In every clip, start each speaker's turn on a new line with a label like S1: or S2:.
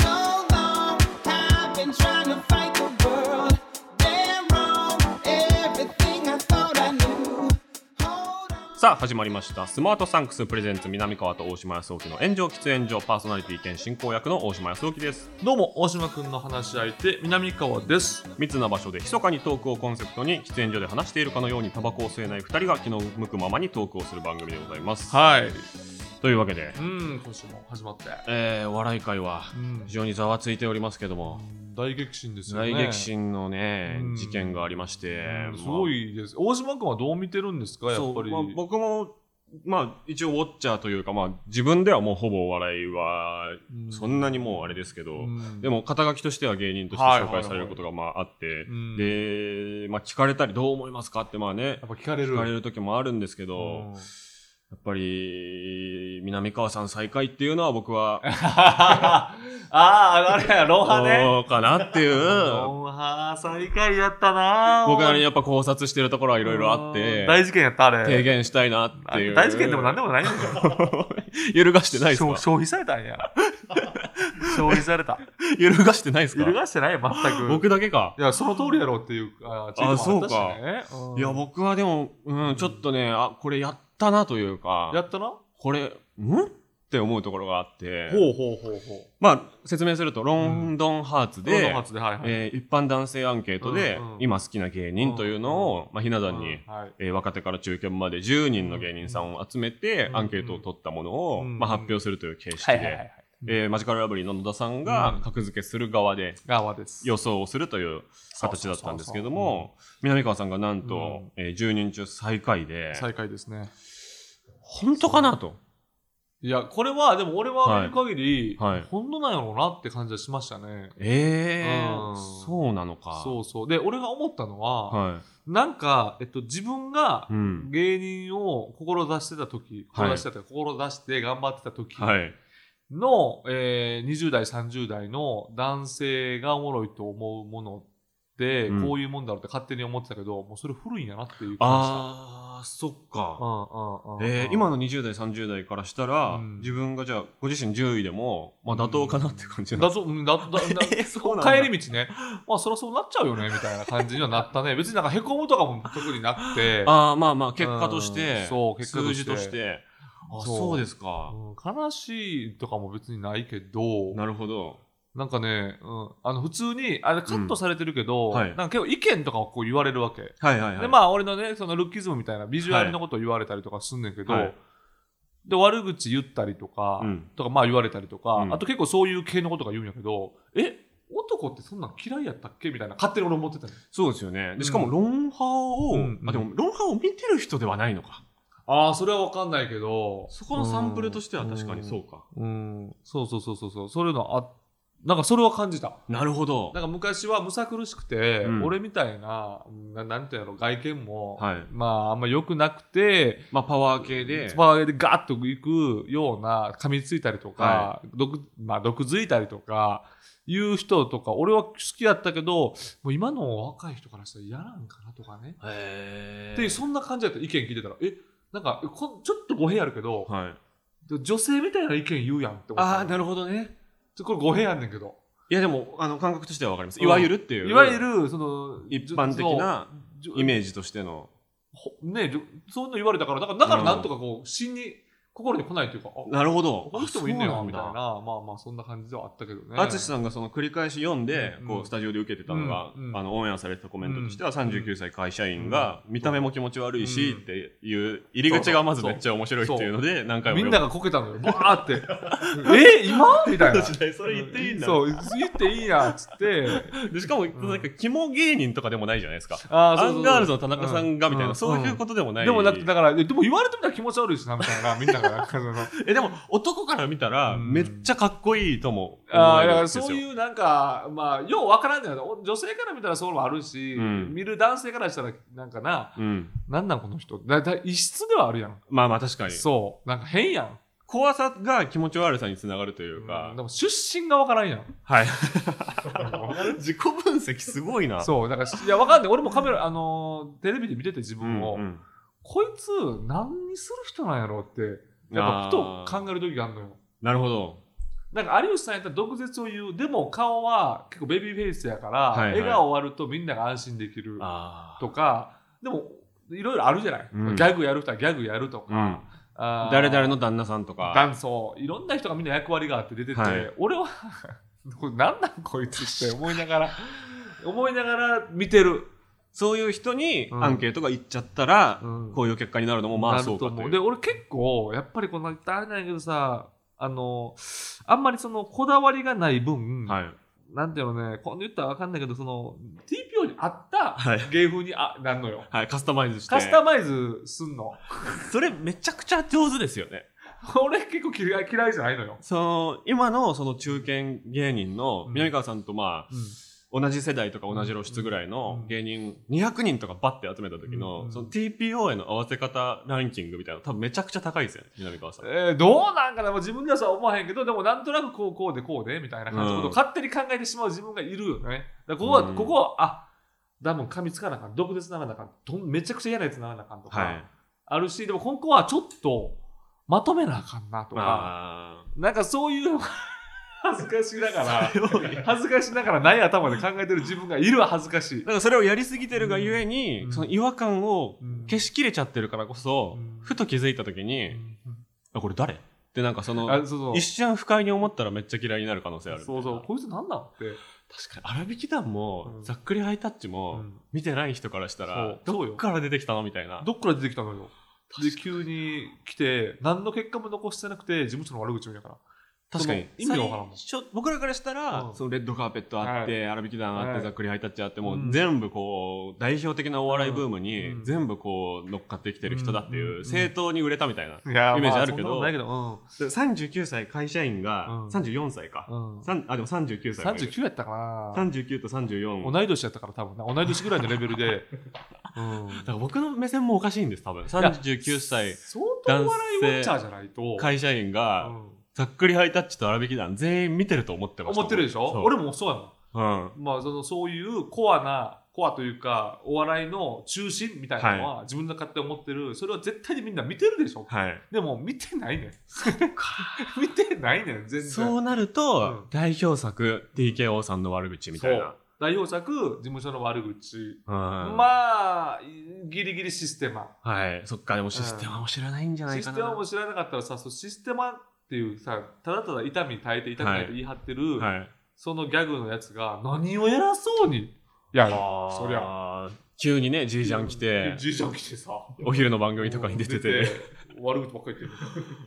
S1: So long, I've been trying to fight the world. Damn wrong, everything I thought I knew. Hold on.
S2: さあ、始まりました。スマートサンクスプレゼンツ、南川と大島康沖の炎上喫煙所、パーソナリティ兼進行役の大島康沖です。
S3: どうも、大島くんの話し相手、南川です。
S2: 密な場所で密かにトークをコンセプトに、喫煙所で話しているかのようにタバコを吸えない2人が気の向くままにトークをする番組でございます。
S3: はい。
S2: というわけで、
S3: うん、今週も始まって。
S2: えー、お笑い界は
S3: うん
S2: 非常にざわついておりますけども、
S3: 大激震ですよね。
S2: 大激震のね、
S3: うん
S2: 事件がありまして、
S3: うん。す
S2: まあ
S3: ごいです。大島くんはどう見てるんですか、やっぱり。
S2: そうまあ僕も、まあ、一応ウォッチャーというか、まあ、自分ではもうほぼお笑いは
S3: うん
S2: そんなにもうあれですけど、
S3: うん
S2: でも肩書きとしては芸人として
S3: はい
S2: 紹介されることがまああって、
S3: うん
S2: で、まあ、聞かれたりどう思いますかってまあね
S3: やっぱ聞かれる。
S2: 聞かれる時もあるんですけ
S3: う
S2: ど、
S3: ん
S2: やっぱり南川さん再会っていうのは僕 は
S3: ああ、あれや、ロンハね。
S2: どうかなっていう。
S3: ロンハ最下位やったな
S2: 僕なりにやっぱ考察してるところはい
S3: い
S2: ろいろあって、
S3: 大事件やった、あれ。
S2: 提言したいなっていう。
S3: あ大事件でも何でもないんだよ。
S2: 揺るがしてないです
S3: 消
S2: か
S3: 消費されたん や。消費された。
S2: 揺るがしてないです
S3: 揺
S2: か
S3: るがしてないよ、全く。
S2: 僕だけか。
S3: いや、その通りやろうっていう、あーツイートもあったしねうん
S2: いや、僕はでも、うん、ちょっとね、あ、これやったなという
S3: や
S2: か、
S3: ったなほ
S2: これ、んって思うところがあって
S3: う、ほうほうほ
S2: まあ、説明すると、ロンドンハーツ
S3: う。
S2: で、
S3: ロンハーツで、はいはい。
S2: えー一般男性アンケートで
S3: うんうん、
S2: 今好きな芸人というのを、まあ、ひな壇に
S3: うん、はい。
S2: えー若手から中堅まで10人の芸人さんを集めて
S3: う、ん
S2: アンケートを取ったものを、
S3: うん
S2: まあ、発表するという形式
S3: はいはいは
S2: で、
S3: い。
S2: えーマジカルラブリーの野田さんが格付けする側で
S3: 側です。
S2: 予想をするという形だったんですけども、南川さんがなんと、えー10人中最下位で、
S3: 最下位ですね。
S2: 本当かなと。
S3: いや、これは、でも俺は見る限り、
S2: はいはい
S3: ほんのなんやろうなって感じはしましたね。
S2: ええ
S3: うん
S2: そうなのか。
S3: そうそう。で、俺が思ったのは、
S2: は
S3: なんか、えっと、自分が
S2: い。うん。
S3: 芸人を志してた時、
S2: はい
S3: 志してた、志して頑張ってた時
S2: はい。
S3: の、えー20代、30代の男性がおもろいと思うものって、
S2: うん
S3: こういうもんだろうって勝手に思ってたけど、もうそれ古いんやなっていう感じした。
S2: ああ、そっか。
S3: あ
S2: えー、今の20代、30代からしたら、
S3: うん
S2: 自分がじゃあ、ご自身10位でも、まあ妥当かなって感じなん
S3: だ
S2: です
S3: ぞうんだだだ
S2: え そうなんだ
S3: 帰り道ね、まあ、そりゃそうなっちゃうよねみたいな感じにはなったね、別になんかへこむとかも特になくて、
S2: ああ、まあまあ、結果とし
S3: う
S2: て、
S3: んそう結果とし
S2: 数
S3: て
S2: 字として。あ
S3: そう
S2: そうですか。
S3: うん悲しいとかも別にないけど、
S2: なるほど。
S3: なんかね、うん、あの普通にあれカットされてるけど、
S2: うんはい
S3: なんか結構意見とかをこう言われるわけ、
S2: はいはいはい。
S3: でまあ俺のねそのルッキズムみたいなビジュアルのことを言われたりとかすんねんけど、
S2: はい
S3: で悪口言ったりとか、
S2: うん
S3: とかまあ言われたりとか、
S2: うん
S3: あと結構そういう系のことが言うんやけどえ男ってそんなん嫌いやったっけみたいな勝手に俺思ってたの
S2: そうですよね。
S3: ん
S2: でしかも、ロンハーを、
S3: うんうん
S2: あ、でも、ロンハーを見てる人ではないのか。
S3: ああそれは分かんないけど
S2: そこのサンプルとしては確かにそうか。
S3: うんそうそうそうそうそうそういうのあなんかそれは感じた
S2: なるほど
S3: な。んか昔はむさ苦しくて、
S2: うん
S3: 俺みたいなななんていうの外見も、
S2: はい
S3: まああんま良くなくて
S2: まあ、パワー系で
S3: ス。パーでガッといくような噛みついたりとか、毒まあ、毒づいたりとかいう人とか俺は好きやったけどもう今の若い人からしたら嫌なんかなとかね、
S2: へ
S3: でそんな感じだった意見聞いてたらえなんかこちょっと語弊あるけど、
S2: はい。
S3: 女性みたいな意見言うやんって思った
S2: るほどね。
S3: ちょこれ語弊あんねんけど
S2: いやでも、あの、感覚としてはわかります。
S3: うん
S2: いわゆるっていう。
S3: いわゆるその
S2: 一般的な
S3: じょ
S2: イメージとしての。
S3: ほねじょそんな言われたからだからだからなんとかこう心に心に来ないというかあ
S2: なるほど。
S3: この人もいんねや
S2: あ
S3: みたいな。まあまあそんな感じではあったけどね
S2: 淳さんがその繰り返し読んで、
S3: うん
S2: こうスタジオで受けてたのが、
S3: うん
S2: あのオンエアされてたコメントとしては、
S3: うん
S2: 39歳会社員が、見た目も気持ち悪いし、
S3: うん
S2: っていう入り口がまずめっちゃ面白いっていうので、何回も
S3: みん
S2: 読
S3: ながこけたのよバーって え今みたいな
S2: 時代それ言っていいんだ
S3: そう言っていいやっつって
S2: でしかも、なんか、肝芸人とかでもないじゃないですか。
S3: あー
S2: ア
S3: そうそうそう
S2: ンガールズの田中さんがみたいな、
S3: うん
S2: そういうことでもない。
S3: でもだってだからえでも言われてみたら気持ち悪いしなみたいなみんながなんか その
S2: え、でも、男から見たら、
S3: うん
S2: めっちゃかっこいいとも思
S3: あー
S2: え
S3: だか
S2: るん
S3: ら
S2: ですよ。
S3: そういうなんかまあようわからんじゃない女性から見たらそういうのもあるし、
S2: うん
S3: 見る男性からしたらなんかな
S2: うん。
S3: なんなんこの人だだ異質ではあるやん
S2: まあまあ確かに。
S3: そうなんか変やん
S2: 怖さが気持ち悪さにつながるというか、
S3: うんでも出身がわからんやん。
S2: はい自己分析すごいな
S3: そう、だから、いや、わかんない。俺もカメラ、あのーテレビで見てて自分を、
S2: んん
S3: こいつ、何にする人なんやろうって、やっぱふと考える時があるのよ。
S2: なるほど
S3: なんか有吉さんやったら毒舌を言う、でも顔は結構ベビーフェイスやから、
S2: はいはい
S3: 笑顔あるとみんなが安心できる
S2: あ
S3: とか、でもいろいろあるじゃない、
S2: うん
S3: ギャグやる人はギャグやるとか、
S2: うん
S3: あー
S2: 誰々の旦那さんとか
S3: 元祖、いろんな人がみんな役割があって出てて、
S2: はい
S3: 俺は これなんなんこいつって思いながら、思いながら見てる。
S2: そういう人に
S3: うん
S2: アンケートがいっちゃったら、
S3: うん
S2: こういう結果になるのもまあそうかと
S3: な
S2: いう
S3: るで俺結構やっぱりこんな誰なんやけどさあのあんまりそのこだわりがない分、
S2: はい
S3: なんていうのねこんな言ったらわかんないけどその TPO に合った
S2: はい
S3: 芸風にあなんのよ
S2: はい、カスタマイズして
S3: カスタマイズすんの
S2: それめちゃくちゃ上手ですよね
S3: 俺結構嫌い嫌いじゃないのよ、
S2: その今のその中堅芸人の
S3: うん
S2: 南川さんとまあ同じ世代とか同じ露出ぐらいの
S3: うん
S2: 芸人200人とかバッて集めた時
S3: うんう
S2: の
S3: ん
S2: その TPO への合わせ方ランキングみたいなの多分めちゃくちゃ高いですよね南川さん
S3: えーどうなんかなもう自分ではそうは思わへんけどでもなんとなくこうこうでこうでみたいな感じの
S2: う
S3: ことを
S2: ん
S3: 勝手に考えてしまう自分がいるよねだからここは、
S2: うん
S3: ここはあ多分噛みつかなあかん毒舌ならなあかんとんめちゃくちゃ嫌なやつならなあかんとか、
S2: はい
S3: あるし、でも今後はちょっとまとめなあかんなとか、
S2: まあ
S3: なんかそういう 恥ずかしながら、
S2: それを
S3: 恥ずかしながらない頭で考えてる自分がいるは恥ずかしい。
S2: なんかそれをやりすぎてるがゆえに、
S3: うん
S2: その違和感を
S3: うん
S2: 消しきれちゃってるからこそ、
S3: うん
S2: ふと気づいた時に、あこれ誰ってなんかそ
S3: あ
S2: の
S3: そうそう
S2: 一瞬不快に思ったらめっちゃ嫌いになる可能性ある
S3: そうそう、こいつなんなんって。
S2: 確かに粗挽き団も、
S3: うん
S2: ざっくりハイタッチ
S3: う
S2: も、
S3: ん
S2: 見てない人からしたら
S3: そうそう
S2: どっ
S3: よ。
S2: から出てきたのみたいな
S3: どっから出てきたのよ。で、急に来て、何の結果も残してなくて、事務所の悪口言うんやから。
S2: 確かに
S3: その意味がわからんもん
S2: 最初僕らからしたら、
S3: うん
S2: そのレッドカーペットあって、粗挽き団あって、
S3: はい
S2: ざっくりハイタッチあってもう
S3: うん
S2: 全部こう代表的なお笑いブームに、
S3: うん
S2: 全部こう乗っかってきてる人だっていう、
S3: うん
S2: 正当に売れたみたいな、
S3: いや
S2: イメージあるけど
S3: そんなことないけど、
S2: で39歳会社員が、
S3: うん
S2: 34歳か、
S3: うん。うん、
S2: 三あでも39歳がいる
S3: 39やったかな。
S2: 39と34だか
S3: 同い年やったから多分な。同い年ぐらいのレベ ルで。うん。
S2: ら僕の目線もおかしいんです多分
S3: や
S2: 39歳
S3: 相当お笑いウォッチャーじゃないと、
S2: 会社員
S3: う
S2: が
S3: ん
S2: ざっくりハイタッチと粗挽き団全員見てると思ってました
S3: 思ってるでしょ
S2: そう
S3: 俺もそうやもん、
S2: うん
S3: まあ、そのそういうコアなコアというかお笑いの中心みたいなのは自分の勝手に思ってるそれは絶対にみんな見てるでしょ、
S2: はい
S3: でも見てないねん 見てないねん全然
S2: そうなる
S3: う
S2: と
S3: ん
S2: 代表作 TKO さんの悪口みたいな
S3: 代表作事務所の悪口、
S2: ま
S3: まあギリギリシステマ
S2: はいそっかでもシステムも知らないんじゃない
S3: シ
S2: か
S3: ス
S2: な
S3: テマも知らなかったらさそうシステマっていうさただただ痛みに耐えて痛みないと言い張ってる、
S2: はい
S3: そのギャグのやつが何を偉そうにやるそりゃ
S2: ゃ急にねじいちゃん来て
S3: じいちゃん来てさ
S2: お昼の番組とかに出てて
S3: 悪口ばっかり言ってる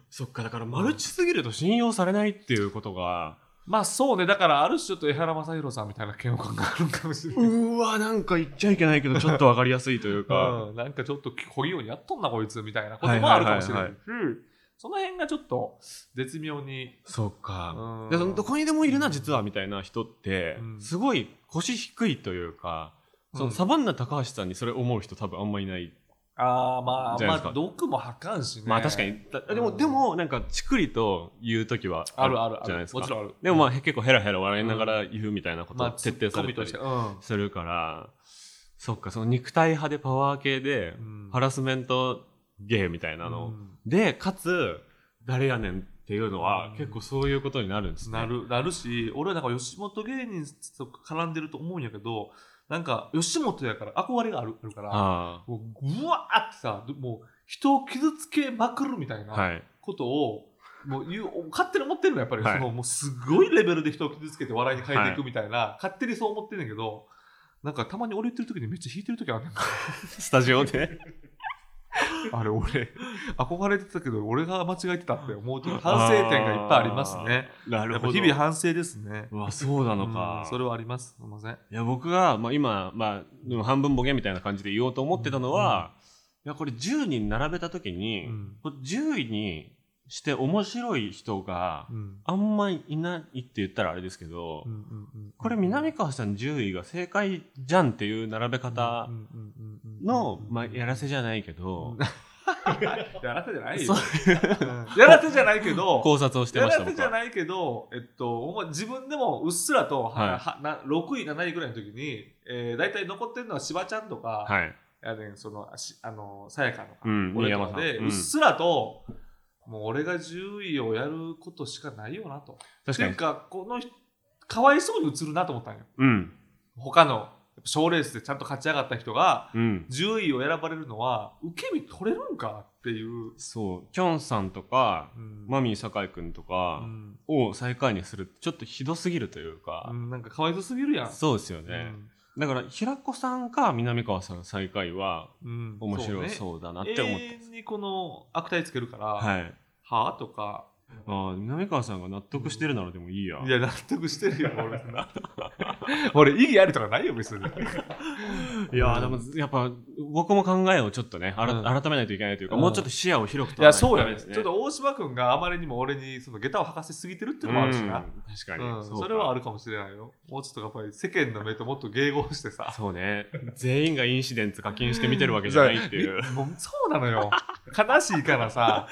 S2: そっかだからマルチすぎると信用されないっていうことが
S3: まあそうねだからある種ちょっと江原正宏さんみたいな嫌悪感があるかもしれ
S2: う
S3: ない、
S2: ーわなんか言っちゃいけないけどちょっとわかりやすいというか
S3: うん、なんかちょっと小ようにやっとんなこいつみたいなこともあるかもしれない,、
S2: はいは
S3: その辺がちょっと絶妙に、
S2: そっ
S3: う
S2: か
S3: ん
S2: でそのどこにでもいるな実はみたいな人って
S3: うん
S2: すごい腰低いというかそのサバンナ高橋さんにそれ思う人多分あんまいない
S3: ああま
S2: じ
S3: あ
S2: ゃないです
S3: ま
S2: か
S3: あ毒もはかんしね
S2: まあ確かにだでも
S3: うん
S2: でもなんかちくりと言う時は
S3: あるあるある
S2: じゃないです
S3: もちろ
S2: か
S3: んある
S2: でもまあへ結構ヘラヘラ笑いながら言うみたいなこと
S3: ま
S2: を
S3: あ
S2: 徹底された
S3: と
S2: り
S3: してうん
S2: するからそっかその肉体派でパワー系で
S3: うん
S2: ハラスメント芸みたいなの
S3: う
S2: を
S3: ん
S2: でかつ誰やねんっていうのは
S3: うん
S2: 結構そういうことになるんですね
S3: なるなるし俺はなんか吉本芸人と絡んでると思うんやけどなんか吉本やから憧れがあるあるから
S2: あ
S3: もううわーってさもう人を傷つけまくるみたい
S2: あは
S3: ないことを、もう言う勝手に思ってるのやっぱり、
S2: はい
S3: そのもうすごいレベルで人を傷つけて笑いに変えていくみたいな、勝手にそう思ってんねんけどなんかたまに俺言ってる時にめっちゃ弾いてる時あ るねんか
S2: スタジオで
S3: あれ俺憧れてたけど俺が間違えてたって思う時反省点がいっぱいありますね
S2: あーな
S3: や
S2: る
S3: っ
S2: ほ
S3: ぱ
S2: ど
S3: 日々反省ですね
S2: うわそうなの
S3: う
S2: か
S3: んそれはありますすいません
S2: いや僕が、まあ、今、まあ、でも半分ボケみたいな感じで言おうと思ってたのは、いやこれ10人並べた時に、
S3: うん
S2: これ10位にして面白い人が
S3: うん
S2: あんまりいないって言ったらあれですけど、
S3: うんうんうん
S2: これ南川さん10位が正解じゃんっていう並べ方
S3: うんうんうんうんうん
S2: の、まあ、やらせじゃないけど、
S3: やらせじゃない
S2: そ
S3: よ。やらせじゃない けど、
S2: 考察をして
S3: や
S2: まし
S3: ら
S2: た
S3: せ
S2: 僕
S3: じゃ
S2: は。
S3: ないけど、えっと、ほんま自分でもうっすらと、は
S2: はい
S3: はな6位、7位ぐらいの時に、えー、大体残ってるのはしばちゃんとか、
S2: はい。
S3: やねんそのしあのさやかとか、
S2: うん
S3: 俺とか
S2: 新山さ
S3: で、
S2: ん
S3: う
S2: うん
S3: っすらと、もう俺が10位をやることしかないよなと。
S2: 確か
S3: てい
S2: に
S3: う。か、この人かわいそうに映るなと思ったんよ。
S2: うん。
S3: 他の賞レースでちゃんと勝ち上がった人が、
S2: うん。
S3: 10位を選ばれるのは、受け身取れるんかっていう。
S2: そう、きょんさんとか、
S3: うん
S2: マミー酒井くんと
S3: う
S2: か
S3: ん
S2: を最下位にするってちょっとひどすぎるというか
S3: う、んなんかかわいそうすぎるやん。
S2: そうですよね。だから、平子さんか南川さん最下位は
S3: うんうん
S2: 面白
S3: そうね
S2: そうだなって思って。
S3: 永遠にこの悪態つけるから、は
S2: はい。
S3: あとか、
S2: ああ、南川さんが納得してるならでもいいや。
S3: いや、納得してるよ、俺。 俺、意義あるとかないよ、別に。
S2: いやーでもやっぱ僕も考えをちょっとね、あら
S3: うん
S2: 改めないといけないというか、
S3: うん
S2: もうちょっと視野を広く
S3: い
S2: とら
S3: や、
S2: なと
S3: そうや
S2: ダメ
S3: ね。
S2: ですね
S3: ちょっと大島君があまりにも俺にその下駄を履かせすぎてるっていうのもあるしな。
S2: うん確かに、
S3: うん、
S2: うか
S3: それはあるかもしれないよ。もうちょっとやっぱり世間の目ともっと迎合してさ。
S2: そうね全員がインシデンツ課金して見てるわけじゃないっていう
S3: もう そうなのよ。悲しいからさ。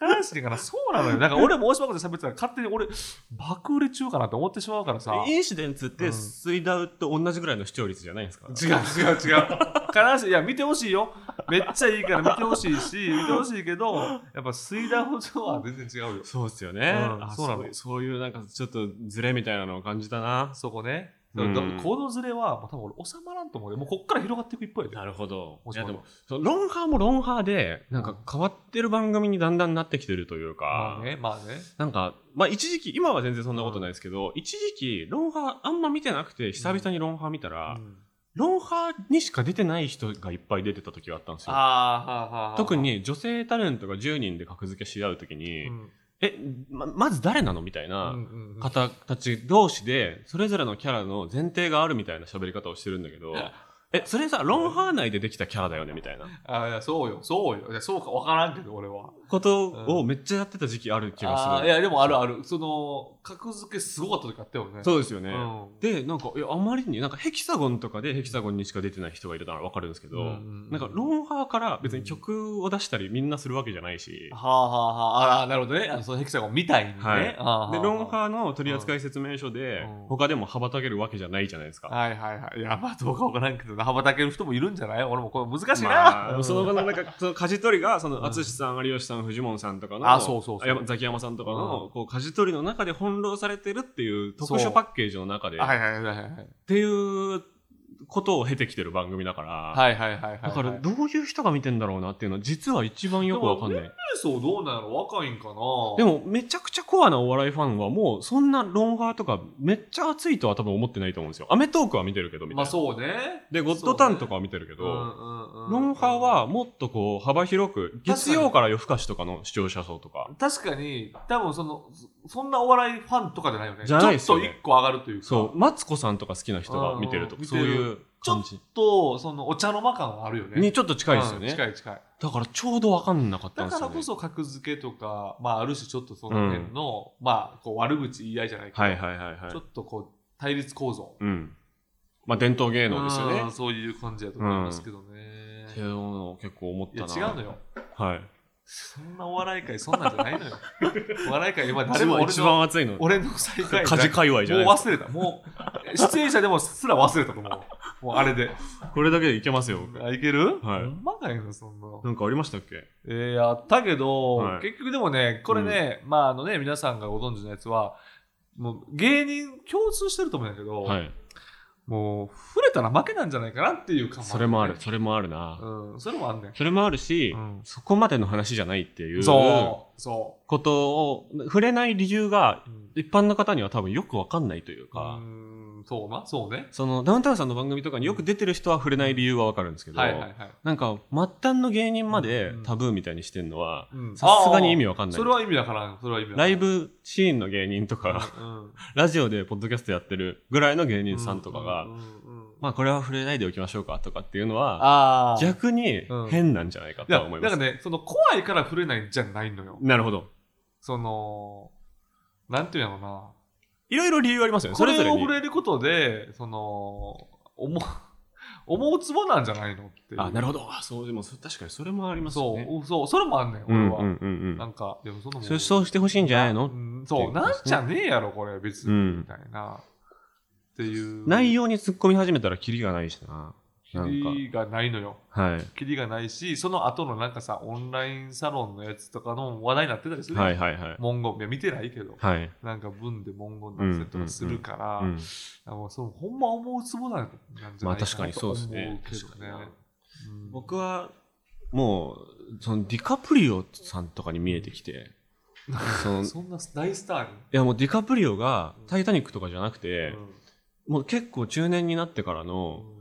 S3: 悲しいから、そうなのよ。なんか俺も大島君と喋ってたら勝手に俺、爆売れ中かなって思ってしまうからさ。
S2: インシデンツっ
S3: う
S2: て
S3: ん
S2: 水ダウと同じぐらいの視聴率じゃないんですか、
S3: 違う違う違う悲しいいや見てほしいよめっちゃいいから見てほしいし見てほしいけどやっぱ水ダウとは全然違うよ
S2: そうですよね、
S3: うん
S2: あ
S3: そうなの
S2: そうそういうなんかちょっとズレみたいなのを感じたな
S3: そこね、
S2: うん
S3: だからこのズレはもう多分俺収まらんと思うよもうこっから広がっていく一方やで
S2: なるほど
S3: も
S2: い
S3: ち
S2: や
S3: ろん
S2: でもそのロンハーもロンハーでなんか変わってる番組にだんだんなってきてるというか、
S3: まあねまあね
S2: なんか、まあ一時期、今は全然そんなことないですけど、一時期、ロンハーあんま見てなくて、久々にロンハー見たら、
S3: うん
S2: ロンハーにしか出てない人がいっぱい出てた時があったんですよ。
S3: あーはあはあはあ
S2: 特、に女性タレントが10人で格付けし合う時
S3: う
S2: に、
S3: ん
S2: え、ま、まず誰なのみたい
S3: うんう
S2: なん
S3: うん
S2: 方たち同士で、それぞれのキャラの前提があるみたいな喋り方をしてるんだけど、え、それさ、ロンハー内でできたキャラだよねみたいな
S3: あーいやそうよそうよいやそうか分からんけど俺は
S2: ことをめっちゃやってた時期ある気がする。
S3: あーいやでもあるあるその格付けすごかった時あったよねう
S2: そうですよね。
S3: ん
S2: でなんかいやあまりになんかヘキサゴンとかでヘキサゴンにしか出てない人がいるならわかるんですけど、
S3: うんうんうん
S2: なんかロンハーから別に曲を出したりみんなするわけじゃないし、
S3: はあはあはああーなるほどねあのそのヘキサゴンみたいにね、
S2: はい
S3: あーはあはあ
S2: でロンハーの取扱説明書で
S3: うん
S2: 他でも羽ばたけるわけじゃないじゃないですか。
S3: はいはいはい。いや、まあどうかわからんけどな、羽ばたける人もいるんじゃない俺もこれ難しいな。
S2: まあ
S3: うん
S2: その後のなんかその舵取りがその
S3: うん
S2: 淳さん有吉さんフジモンさんとかの
S3: あそうそうそう
S2: あやザキヤマさんとかのこう舵取りの中で翻弄されてるっていう特
S3: そ
S2: 殊
S3: う
S2: パッケージの中でっ
S3: はいはいはいはい。
S2: ていうことを経てきてる番組だから、
S3: はいはいはいはい。
S2: だからどういう人が見てんだろうなっていうのは実は一番よくわかんない。
S3: 層どうなんやろ若いんかな
S2: でもめちゃくちゃコアなお笑いファンはもうそんなロンハーとかめっちゃ熱いとは多分思ってないと思うんですよ。アメトークは見てるけどみたい
S3: まあ
S2: な。
S3: そうね。
S2: で、ゴッドタンとかは見てるけ
S3: そうね、
S2: ど、
S3: うんうんうん
S2: ロンハーはもっとこう幅広く、
S3: かに
S2: 月曜から夜更かしとかの視聴者層とか、
S3: 確かに、多分その、そそんなお笑いファンとかじゃないよね。
S2: じゃないっす
S3: ちょ
S2: よ
S3: っ
S2: ね
S3: と一個上がるというか。
S2: そう、マツコさんとか好きな人が見てると
S3: う
S2: か、
S3: ん
S2: そういう感じ
S3: と、そのお茶の間感はあるよね。
S2: にちょっと近いですよ
S3: うん
S2: ね。
S3: 近い近い。
S2: だからちょうど分かんなかったん
S3: だ
S2: で
S3: か
S2: す
S3: ら
S2: よ
S3: こ
S2: ね。
S3: そ格付けとか、まあある種ちょっとその辺の、まあこう悪口言い合いじゃないけど、
S2: はいはいはいは
S3: ちょ
S2: い。
S3: っとこう対立構造
S2: うん。まあ伝統芸能ですよ
S3: うん
S2: ね。
S3: そういう感じやと思いますけどね
S2: ってい。うのを結構思っ
S3: い
S2: た
S3: や
S2: な。
S3: 違うのよ。
S2: はい。
S3: そんなお笑い界そんなんじゃない のよ。お笑い界今
S2: 一
S3: 誰も
S2: 番
S3: 俺
S2: 一番
S3: の
S2: 熱いの。
S3: 俺の最下位
S2: 家事界隈じゃない
S3: もう忘れた。もう出演者でもすら忘れたと思う。もうあ れで。
S2: これだけでいけますよ、僕。
S3: あいける？
S2: はい
S3: ほんまかいなそんな。
S2: なんかありましたっけ
S3: えー、やったけど、
S2: はい
S3: 結局でもねこれね、まああのね皆さんがご存知のやつは。もう芸人共通してると思うんだけど、
S2: はい。
S3: もう触れたら負けなんじゃないかなっていう感
S2: それもある、それもあるな。
S3: うん、それもあんねん
S2: それもあるし
S3: うん、
S2: そこまでの話じゃないっていう
S3: そう、そ
S2: ことを触れない理由が
S3: う。
S2: 一般の方には多分よくわかんないという
S3: う
S2: か、
S3: ん、そうな、そうね。
S2: そのダウンタウンさんの番組とかによく出てる人は触れない理由はわかるんですけど、
S3: はいはいはい
S2: な。んか末端の芸人まで
S3: うん
S2: タブーみたいにしてんのは、
S3: うん
S2: さすがに意味わかんない
S3: それは意味だからん、それは意味だから
S2: ラ
S3: ん
S2: イブシーンの芸人とか、
S3: うん
S2: ラジオでポッドキャストやってるぐらいの芸人さんとかが
S3: うん、うんうん
S2: まあこれは触れないでおきましょうかとかっていうのは、
S3: ああ。
S2: 逆に変なんじゃないか
S3: い
S2: と
S3: や
S2: は思い
S3: だ
S2: ま
S3: か
S2: す。
S3: らね、その怖いから触れないんじゃないのよ。
S2: なるほど。
S3: その、なんていうんやろうな。
S2: いろいろ理由ありますよね。
S3: こ
S2: それ
S3: れ
S2: ぞれ
S3: を
S2: に
S3: 触。れることで、その、思う。 思うツボなんじゃないのっていう
S2: あ、なるほど。あそう、でもそ確かにそれもありますよね。
S3: そうそうそれもあんねん
S2: う
S3: 俺
S2: ん
S3: は、
S2: うんうんう。
S3: なんんかでもその
S2: そうそうしてほしいんじゃないの
S3: うん
S2: ってい
S3: そうう
S2: こと
S3: なん
S2: ですね
S3: じゃねえやろこれ別に、
S2: うん
S3: みたいなっていう
S2: 内容に突っ込み始めたらキリがないしな。なんか
S3: キ。リがないのよ
S2: はい。
S3: キリがないしその後のなんかさオンラインサロンのやつとかの話題になってたりするやん
S2: はいはいはい。
S3: 文言いや見てないけど
S2: はい。
S3: なんか文で文言出せとかするから、
S2: うん。
S3: あのそうほんま思うツボなんじゃ
S2: ま
S3: な
S2: あ
S3: い
S2: 確
S3: か
S2: か
S3: な
S2: に
S3: と思
S2: そう
S3: う
S2: で
S3: け
S2: す
S3: ど
S2: ね。確
S3: ね
S2: かにな
S3: うん
S2: 僕は、もう、そのディカプリオさんとかに見えてき て、その、い
S3: そんな大スターに、
S2: やもうディカプリオがタイタニックとかじゃなくて、
S3: うん
S2: もう結構中年になってからの、
S3: うん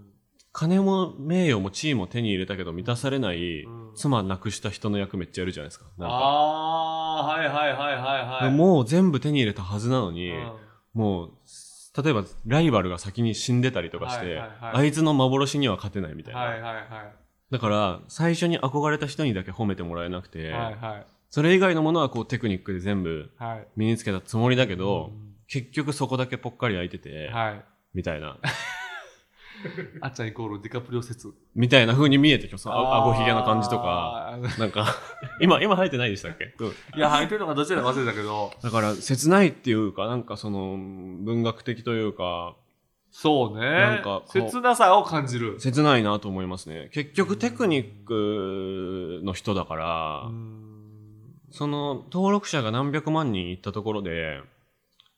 S2: 金も名誉も地位も手に入れたけど満たされない、
S3: うん
S2: 妻亡くした人の役めっちゃやるじゃないですか。なんか
S3: ああーはいはいはいはいはい
S2: もう全部手に入れたはずなのに、
S3: う
S2: もう、例えばライバルが先に死んでたりとかして、
S3: はいはいはい
S2: あいつの幻には勝てないみたい
S3: ん
S2: な。
S3: はいはいは
S2: だから、最初に憧れた人にだけ褒めてもらえなくて、
S3: いはいはい
S2: それ以外のものはこうテクニックで全部
S3: はい
S2: 身につけたつもりだけど、
S3: う
S2: 結局そこだけぽっかり空いてて、
S3: んはい
S2: みたいな、
S3: あっちゃんイコールディカプリオ説
S2: みたいな風に見えてきます。あごひげの感じとか、
S3: あー
S2: なんか、 今、今生えてないでしたっけ、うん
S3: いや入ってるのがどちらか忘れたけど
S2: だから、切ないっていうか、なんかその、文学的というか、
S3: そうね
S2: なんか
S3: 切なさを感じる
S2: 切ないなと思いますね。結局テクニックの人だから、
S3: うん
S2: その登録者が何百万人いったところで、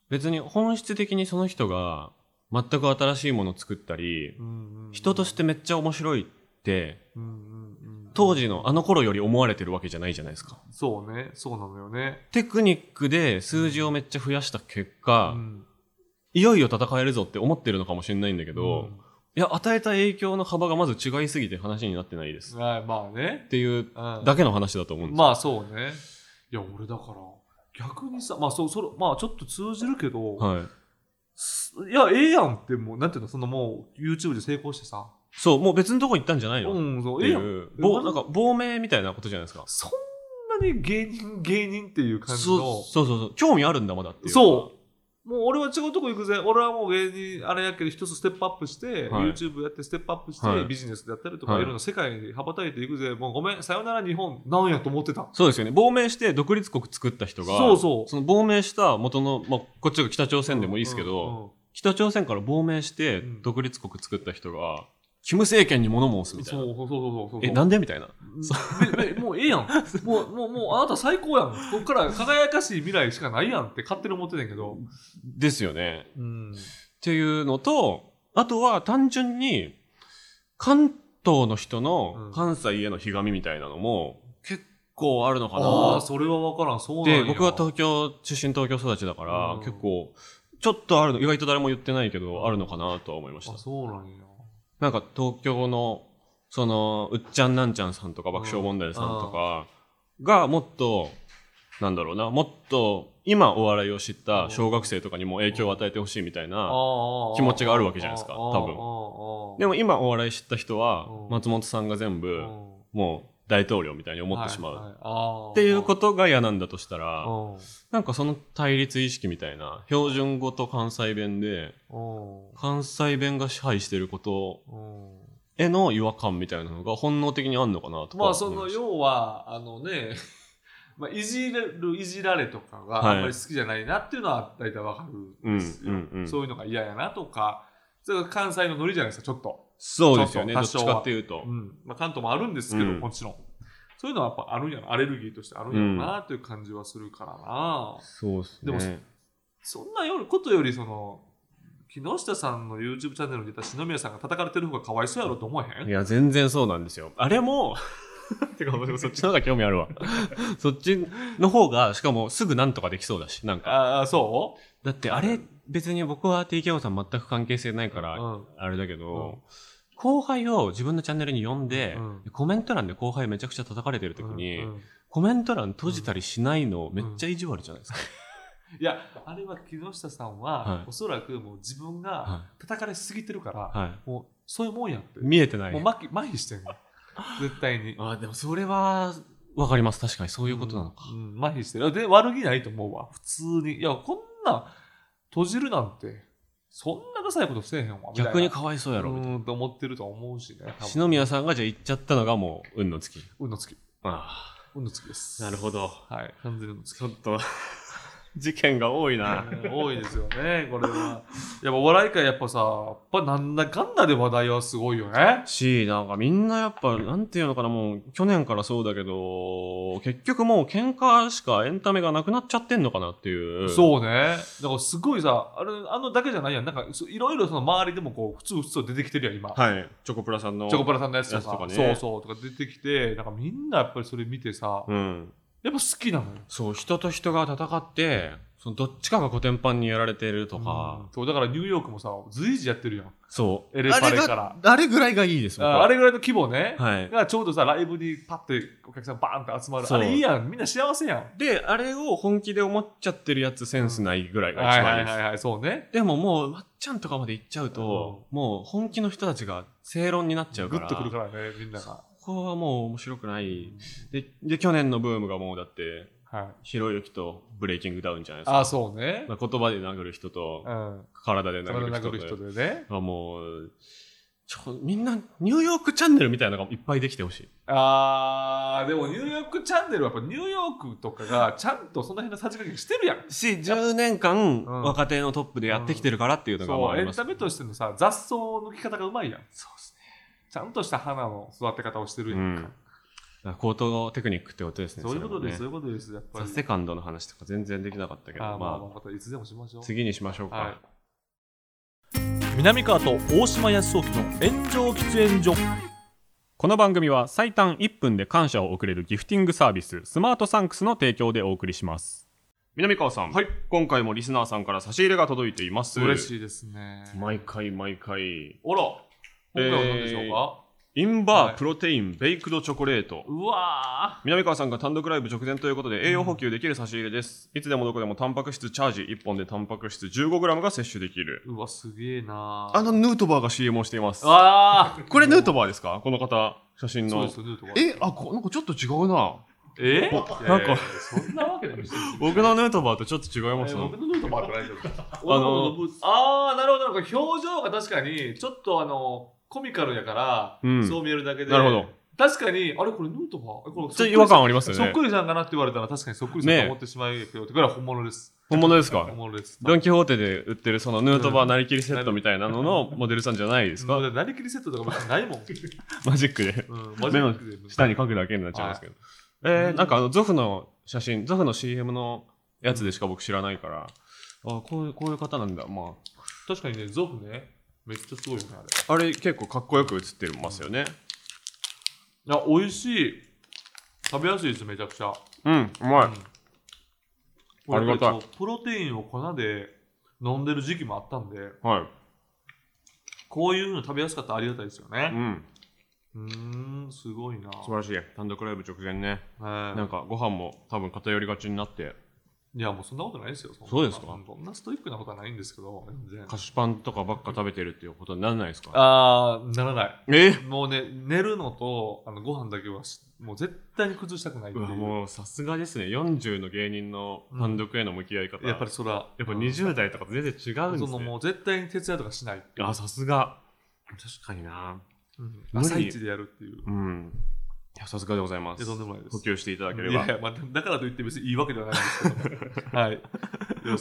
S2: 別に本質的にその人が全く新しいものを作ったり、
S3: うん
S2: 人としてめっちゃ面白いって、
S3: うんうんうん
S2: 当時のあの頃より思われてるわけじゃないじゃないですか。
S3: そうねそうなのよね
S2: テクニックで数字をめっちゃ増やした結果、
S3: うん
S2: いよいよ戦えるぞって思ってるのかもしれないんだけど、いや、与えた影響の幅がまず違いすぎて話になってないです。
S3: うんはいまあね
S2: っていう
S3: うん
S2: だけの話だと思うんですよ
S3: まあそうね。いや、俺だから、逆にさ、まあそう、それ、まあちょっと通じるけど、
S2: はい。
S3: すい、や、ええやんって、もう、なんていうの、そのもう、YouTube で成功してさ、
S2: そう、もう別のとこ行ったんじゃないの、
S3: う
S2: っ
S3: ん、そう、
S2: て
S3: ええ
S2: い
S3: やん。
S2: う、ぼ
S3: え
S2: なんか亡命みたいなことじゃないですか。
S3: そんなに芸人、芸人っていう感じ
S2: そ
S3: の
S2: う、そうそうそう、興味あるんだまだっていう。
S3: そう。もう俺は違うとこ行くぜ。俺はもう芸人、あれやけど、一つステップアップして、
S2: はい
S3: YouTube やってステップアップして、
S2: はい
S3: ビジネスでやったりとか、、
S2: はいい
S3: ろんな世界に羽ばたいていくぜ。もうごめん、さよなら日本、なんやと思ってた。
S2: そうですよね。亡命して独立国作った人が、
S3: そうそう
S2: の亡命した元の、まあ、こっちが北朝鮮でもいいですけど、
S3: うんうんうん
S2: 北朝鮮から亡命して
S3: うん
S2: 独立国作った人が、キム政権に物申すみたい
S3: そう
S2: な。
S3: そうそうそうそう。
S2: え、なんでみたいな。
S3: めめもうええやん。もう、もう、もう、あなた最高やん。こっから輝かしい未来しかないやんって勝手に思ってたんやけど。
S2: ですよね。
S3: うん。
S2: っていうのと、あとは単純に、関東の人
S3: うん
S2: の関西へのひがみみたいなのも結構あるのか
S3: あ
S2: な
S3: あ、それはわからん。そうなん
S2: で、
S3: や
S2: 僕は東京、出身東京育ちだから、
S3: うん
S2: 結構、ちょっとあるの、意外と誰も言ってないけど、あるのかなとは思いました
S3: あ、。そうなんや。
S2: なんか東京の、その、うっちゃんなんちゃんさんとか爆笑問題さんとかがもっと、なんだろうな、もっと今お笑いを知った小学生とかにも影響を与えてほしいみたいな、
S3: 気
S2: 気持ちがあるわけじゃないですか多分でも今お笑い知った人は
S3: うん
S2: 松本さんが全部
S3: も、
S2: もう大統領みたいに思ってしまう、
S3: はいはいあー
S2: っていうことが嫌なんだとしたら、
S3: うん
S2: なんかその対立意識みたいな標準語と関西弁で
S3: うん
S2: 関西弁が支配してること
S3: うん
S2: への違和感みたいなのが本能的にあんのかなとか
S3: まあそ
S2: 思
S3: の
S2: いし
S3: 要はあのね まあいじれるいじられとかが
S2: はい
S3: あんまり好きじゃないなっていうのは大体わかるんですよ、
S2: うんうんうん
S3: そういうのが嫌やなとかそれが関西のノリじゃないですかちょっと、
S2: そうですよねど
S3: 多
S2: っち
S3: 少は
S2: かっていうと、
S3: うんまあ、関東もあるんですけど、
S2: うん
S3: もちろんそういうのはやっぱあるんやろアレルギーとしてあるんやろなという感じはするからな、
S2: そうです
S3: でもそんなよりことよりその木下さんの YouTube チャンネルに出た篠宮さんが叩かれてる方がかわいそうやろと思えへん
S2: いや全然そうなんですよあれもてか僕そっちの方が興味あるわ そっちの方がしかもすぐなんとかできそうだしなんか
S3: ああそ
S2: だってあれ別に僕は TKO さん全く関係性ないから、
S3: うん
S2: あれだけど、後輩を自分のチャンネルに呼んで、
S3: う
S2: コメント欄で後輩めちゃくちゃ叩かれてる
S3: う
S2: 時に、
S3: うんうん
S2: コメント欄閉じたりしないのめっちゃ意地悪じゃないですか。
S3: いや、あれは木下さんは、
S2: はい
S3: おそらくもう自分が
S2: は
S3: 叩かれすぎてるから、
S2: い、は
S3: もうそういうもんやって、
S2: い。見えてない。
S3: もう麻痺麻痺してんの、 絶対に。
S2: あでもそれはわかります。確かにそういうことなのか。
S3: うん、うん麻痺してる。で、悪気ないと思うわ、普通に。いや、こんな閉じるなんて、そんなダサいことせえへんわみたいな
S2: 逆にかわいそうや
S3: う
S2: ろみたい
S3: ーんと思ってると思うしね
S2: な篠宮さんがじゃあ行っちゃったのがもう運の尽き
S3: 運のつき
S2: あ
S3: 運のつきです
S2: あなるほど
S3: どはい完全に運のつき
S2: ちょっと 事件が多いな
S3: 多いですよねこれはやっぱお笑い界やっぱさやっぱなんだかんだで話題はすごいよね
S2: し、なんかみんなやっぱ、なんていうのかな、もう去年からそうだけど、結局もう喧嘩しかエンタメがなくなっちゃってんのかなっていう。う。
S3: そうね。だからすごいさ、あれ、あのだけじゃないやん。なんか、そういろいろその周りでもこう、普通普通出てきてるやん、今。
S2: はい。チョコプラさんの。
S3: チョコプラさんのやつと
S2: やつと
S3: か
S2: か。ね
S3: そうそう。とか出てきて、なんかみんなやっぱりそれ見てさ、
S2: うん。
S3: やっぱ好きなのよ。
S2: そう、人と人が戦って、そのどっちかがコテンパンにやられてると
S3: う
S2: か
S3: ん、そう、だからニューヨークもさ、随時やってるやん。
S2: そう。
S3: エレパレから
S2: あれがあれぐらいがいいです、僕
S3: あ
S2: は
S3: あれぐらいの規模ね。
S2: はい。
S3: がちょうどさ、ライブにパッてお客さんバーンって集まる。
S2: そう
S3: あれいいやん。みんな幸せやん。
S2: で、あれを本気で思っちゃってるやつセンスないぐらいが
S3: は
S2: 一
S3: い
S2: 番
S3: はい
S2: い
S3: い
S2: いです。
S3: はいはい、そうね。
S2: でももう、まっちゃんとかまで行っちゃうと、もう本気の人たちが正論になっちゃう
S3: グ
S2: から。
S3: ッとくるからね、みんなが。
S2: ここはもう面白くない。で、で去年のブームがもうだって、
S3: はい。
S2: ひろゆきとブレイキングダウンじゃないですか。
S3: あ、そうね。
S2: まあ、言葉で殴る人と
S3: う、ん。
S2: 体で
S3: それ
S2: 殴る人
S3: 殴
S2: と
S3: る人でね。
S2: あもう、ちょ、みんな、ニューヨークチャンネルみたいなのがいっぱいできてほしい。
S3: あーでもニューヨークチャンネルはやっぱニューヨークとか がちゃんとその辺のさじ加減してるやん。
S2: し、10年間、
S3: うん
S2: 若手のトップでやってきてるからっていうのがま
S3: そ
S2: ああ
S3: う
S2: り
S3: エ
S2: ま
S3: ン
S2: す。
S3: タメとしてのさ雑草の抜き方がうまいやん。
S2: そうですね。
S3: ちゃんとした花の育て方をしてるや。
S2: うんん。だから高等テクニックってことですね。
S3: そういうことです、
S2: そ
S3: そう
S2: れもね
S3: いうことです。やっぱ
S2: ザ
S3: り。
S2: セカンドの話とか全然できなかったけど、
S3: あーまあまあ
S2: ま
S3: またいつでもしましょ
S2: あ、
S3: う。
S2: 次にしましょうか。
S3: はい南川と大島康雄の炎上喫煙所。
S2: この番組は最短1分で感謝を送れるギフティングサービススマートサンクスの提供でお送りします南川さん、
S3: はい
S2: 今回もリスナーさんから差し入れが届いています
S3: 嬉しいですね。
S2: 毎回毎回
S3: おら今回は何でしょうか、
S2: インバ
S3: は
S2: ー
S3: い
S2: プロテインベイクドチョコレート、
S3: うわ
S2: 南川さんが単独ライブ直前ということで栄養補給できる差し入れです、いつでもどこでもタンパク質チャージ1本でタンパク質 15g が摂取できる
S3: ーうわ、すげえなー
S2: あのヌートバーが CM をしています
S3: あー
S2: これヌートバーですかこの方写真
S3: そう
S2: の
S3: ですよ、ヌートバー
S2: えあこなんかちょっと違うなおな
S3: えいや
S2: ん
S3: いやい
S2: か
S3: やそんなわけないですよ
S2: 僕のヌートバーとちょっと違い
S3: え
S2: ます
S3: ー
S2: よ
S3: 僕のルートもあってないけど。
S2: あの
S3: ああ、なるほど。なんか表情が確かに、ちょっとあの、コミカルやから、
S2: うん
S3: そう見えるだけで。
S2: なるほど。
S3: 確かに、あれこれヌートバーえこれ
S2: ちょっと違和感
S3: あ
S2: ありますよ
S3: そっ
S2: ね。
S3: くりさんかなって言われたら確かにそっくりさんと思ってしまうけど、だから本物です。
S2: 本物ですか
S3: 本物です。
S2: ドン・キホーテで売ってるそのヌートバーなりきりセットみたいなののモデルさんじゃないですか
S3: もうなりきりセットとか別にないもん。
S2: マジックで。
S3: うん、
S2: 目の
S3: で
S2: 下に書くだけになっちゃいますけど。えー、なんかあの、ゾフの写真、ゾフの CM のやつでしか僕知らないから、あこういうこういう方なんだ。ま
S3: 確かにね、ゾフね、めっちゃすごいよね、あれ。
S2: あ、あれ結構かっこよく写ってますよね。
S3: いや、美味しい。食べやすいです、めちゃくちゃ。
S2: うん、うまい。
S3: うん
S2: ありがたい
S3: やっぱりそうプロテインを粉で飲んでる時期もあったんで、
S2: は
S3: こういうの食べやすかったらありがたいです
S2: い。
S3: よ
S2: う
S3: ね。
S2: ん、
S3: うーん、すごいな。
S2: 素晴らしい。単独ライブ直前ね。な
S3: は
S2: んかご飯も多分偏りがちになって、
S3: い、いや、もうそんなことないですよ。そんな
S2: そうですか
S3: そんなストイックなことはないんですけど、全然
S2: 菓。子パンとかばっか食べてるっていうことにならないですか
S3: あー、ならな
S2: え
S3: い。もうね、寝るのとあのご飯だけはし、もう絶対に崩したくないって
S2: う
S3: い
S2: わ
S3: う。
S2: もうさすがですね40の芸人の単独への向き合い方、
S3: やっぱりそら、
S2: やっぱ20代とかと全然違うんで
S3: そ
S2: す
S3: の
S2: ね
S3: もう絶対に徹夜とかしない。
S2: あさすが確かにな
S3: うん
S2: 無理
S3: 朝一でやるっていう。
S2: うんいやさすがでございま
S3: いや
S2: す
S3: とんでもないです
S2: 補給していただけれ
S3: い
S2: ば
S3: やいや、まあ、だからといって別にいいわけではないんです けど、はい。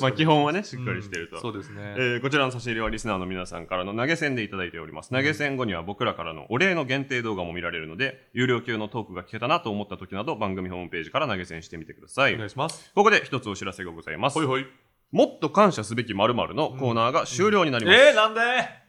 S2: まあ基本はねしっかりしてると、
S3: うんそうですね。
S2: えーこちらの差し入れはリスナーの皆さんからの投げ銭でいただいております投げ銭後には僕らからのお礼の限定動画も見られるので有料級のトークが聞けたなと思った時など番組ホームページから投げ銭してみてください
S3: お願いします。
S2: ここで一つお知らせがございます
S3: ほいほい。
S2: もっと感謝すべき〇〇のコーナーが終了になります、
S3: えー、なんで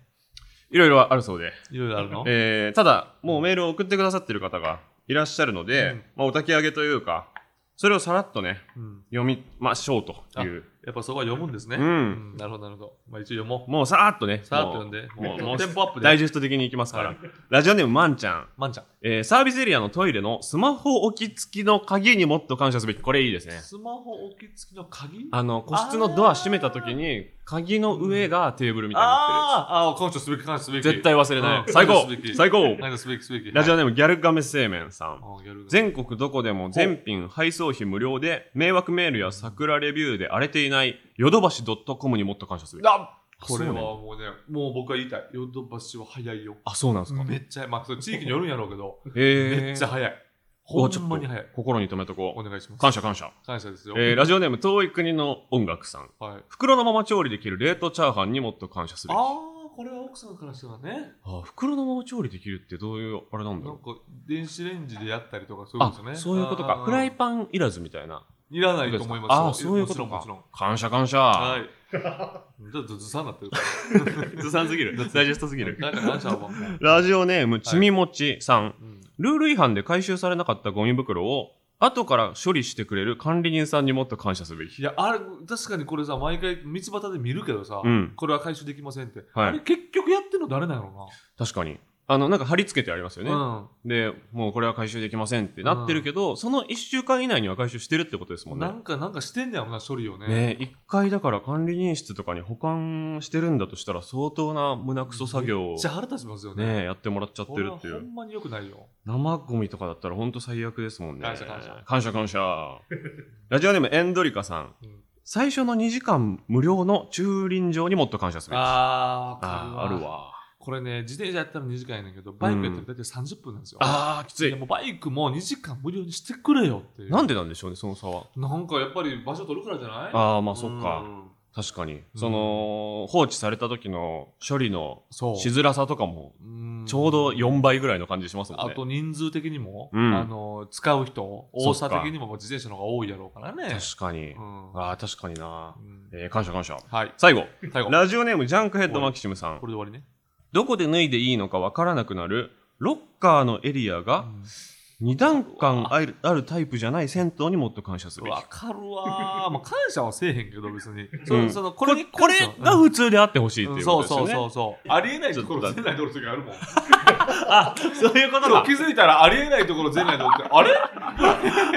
S2: いろいろあるそうで、
S3: いろいろあるの
S2: えーただもうメールを送ってくださってる方がいらっしゃるので、
S3: うん
S2: まあ、お焚き上げというかそれをさらっとね
S3: うん
S2: 読みましょうという
S3: やっぱそこは読むんですね。
S2: うん
S3: うなるほど、なるほど。まあ一応読も
S2: もうさーっとね
S3: う。さあっと読んで、
S2: も
S3: も
S2: うもう
S3: うテンポアップ
S2: ダイ
S3: で。
S2: ジェスト的にいきますから、
S3: はい
S2: ラジオネームまんちゃん、
S3: まんちゃん。
S2: えーサービスエリアのトイレのスマホ置き付きの鍵にもっと感謝すべきこれいいですね
S3: スマホ置き付きの鍵
S2: あの個室のドア閉めた時に鍵の上がテーブルみたいになってる
S3: あーあー、感謝すべき、感謝すべき。
S2: 絶対忘れない、
S3: うん
S2: 最高
S3: 感謝すべき
S2: 最高
S3: 感謝すべき、すべき。
S2: ラジオネームギャルガメ製麺さん
S3: あーギャルが
S2: 全国どこでも全品配送費無料で迷惑メールや桜レビューで荒れていないヨドバシ .com にもっと感謝すべき
S3: あこれ
S2: そ
S3: は
S2: うなん
S3: もうね、もう僕は言いたい。ヨドバシは早いよ。
S2: あ、そうなんですか。
S3: めっちゃ、まあ、それ地域によるんやろうけど、
S2: えー
S3: めっちゃ早い。
S2: う
S3: ほ
S2: わちょっと
S3: んまに早い。
S2: 心に留めとこ
S3: お願いしま
S2: う。
S3: す。
S2: 感謝感謝。
S3: 感謝ですよ。
S2: えーラジオネーム、遠い国の音楽さん。
S3: はい、
S2: 袋のまま調理できる冷凍チャーハンにもっと感謝すべき。あ
S3: ああ、これは奥さんからしたらね、
S2: ー袋のまま調理できるってどういう、あれなんだ
S3: な
S2: ろう。
S3: んか電子レンジでやったりとかそういうこと
S2: あ
S3: ね。
S2: そういうことか。フライ
S3: ン。
S2: パンいらずみたいな。
S3: いらないと思いますよ。
S2: あーそういうこと
S3: もちろん、
S2: か
S3: もち。
S2: 感謝感謝。
S3: ろん。はい。ちょっとずさんなってるから。
S2: ずさんすぎる。ダイジェストすぎる。
S3: なんか感謝はもう。
S2: ラジオネーム、ちみもちさん。
S3: うん
S2: ルール違反で回収されなかったゴミ袋を、後から処理してくれる管理人さんにもっと感謝すべき
S3: い。や、あれ、確かにこれさ、毎回、道端で見るけどさ、
S2: うん
S3: これは回収できませんって。
S2: は
S3: あれ
S2: い。
S3: 結局やってるの誰なの
S2: 確かに。あの、なんか貼り付けてありますよ
S3: か
S2: ね。
S3: な、
S2: で、もうこれは回収できませんってなってるけど、その1週間以内には回収してるってことです
S3: う
S2: も
S3: ん。
S2: ん
S3: な
S2: ね。
S3: んか、なんかしてんねやろな、処理をね。
S2: ね一回だから管理人室とかに保管してるんだとしたら相当な胸くそ作業
S3: め
S2: を
S3: っちゃ腹立ちますよね。
S2: ねやってもらっちゃって
S3: これ
S2: る
S3: は
S2: ってい
S3: ほ
S2: う。
S3: んまによくないよ。
S2: 生ゴミとかだったら本当最悪ですもんね。
S3: 感謝感謝
S2: 感謝感謝ラジオネームエンドリカさん。
S3: うん
S2: 最初の2時間無料の駐輪場にもっと感謝すべき。
S3: あー
S2: あーある。わ。
S3: これね、自転車やったら2時間やねんけど、バイクやったら大体30分なんですよ。
S2: ああ、きつ
S3: で
S2: い。
S3: もバイクも2時間無料にしてくれよっていう。
S2: なんでなんでしょうね、その差は。
S3: なんかやっぱり場所取るからじゃないあ、
S2: ああ、まあそっか
S3: う。ん。
S2: 確かに。その、放置された時の処理の
S3: そう。
S2: しづらさとかも、
S3: うん
S2: ちょうど4倍ぐらいの感じしますもん
S3: あ
S2: ね。
S3: と人数的にも、
S2: うん
S3: あの使う人、
S2: そ
S3: 多
S2: っか
S3: さ的にも自転車の方が多いやろうからね。
S2: 確かに。
S3: うん
S2: ああ、確かにな
S3: う。ん
S2: えー感謝感謝。
S3: はい、
S2: 最後。
S3: 最後、こ
S2: ラジオネーム、ジャンクヘッドマキシムさん。
S3: れで終わりね。
S2: どこで脱いでいいのかわからなくなる、ロッカーのエリアが2段階あるあるタイプじゃない銭湯にもっと感謝すべき。
S3: わかるわー。もう感謝はせえへんけど、別に。
S2: うん
S3: そその
S2: こ
S3: これ
S2: れ、
S3: に
S2: こ
S3: 関
S2: れ
S3: しては
S2: が
S3: うん
S2: 普通であってほしいっていう
S3: そ
S2: こ
S3: う
S2: とです
S3: そ
S2: よ
S3: う
S2: ね。
S3: そうそう。ありえないところ
S2: ちょっとだ
S3: 全ないところ時あるもん。
S2: あ、そういうこと
S3: 今
S2: だ
S3: 日。気づいたらありえないところ全ないところって、あれ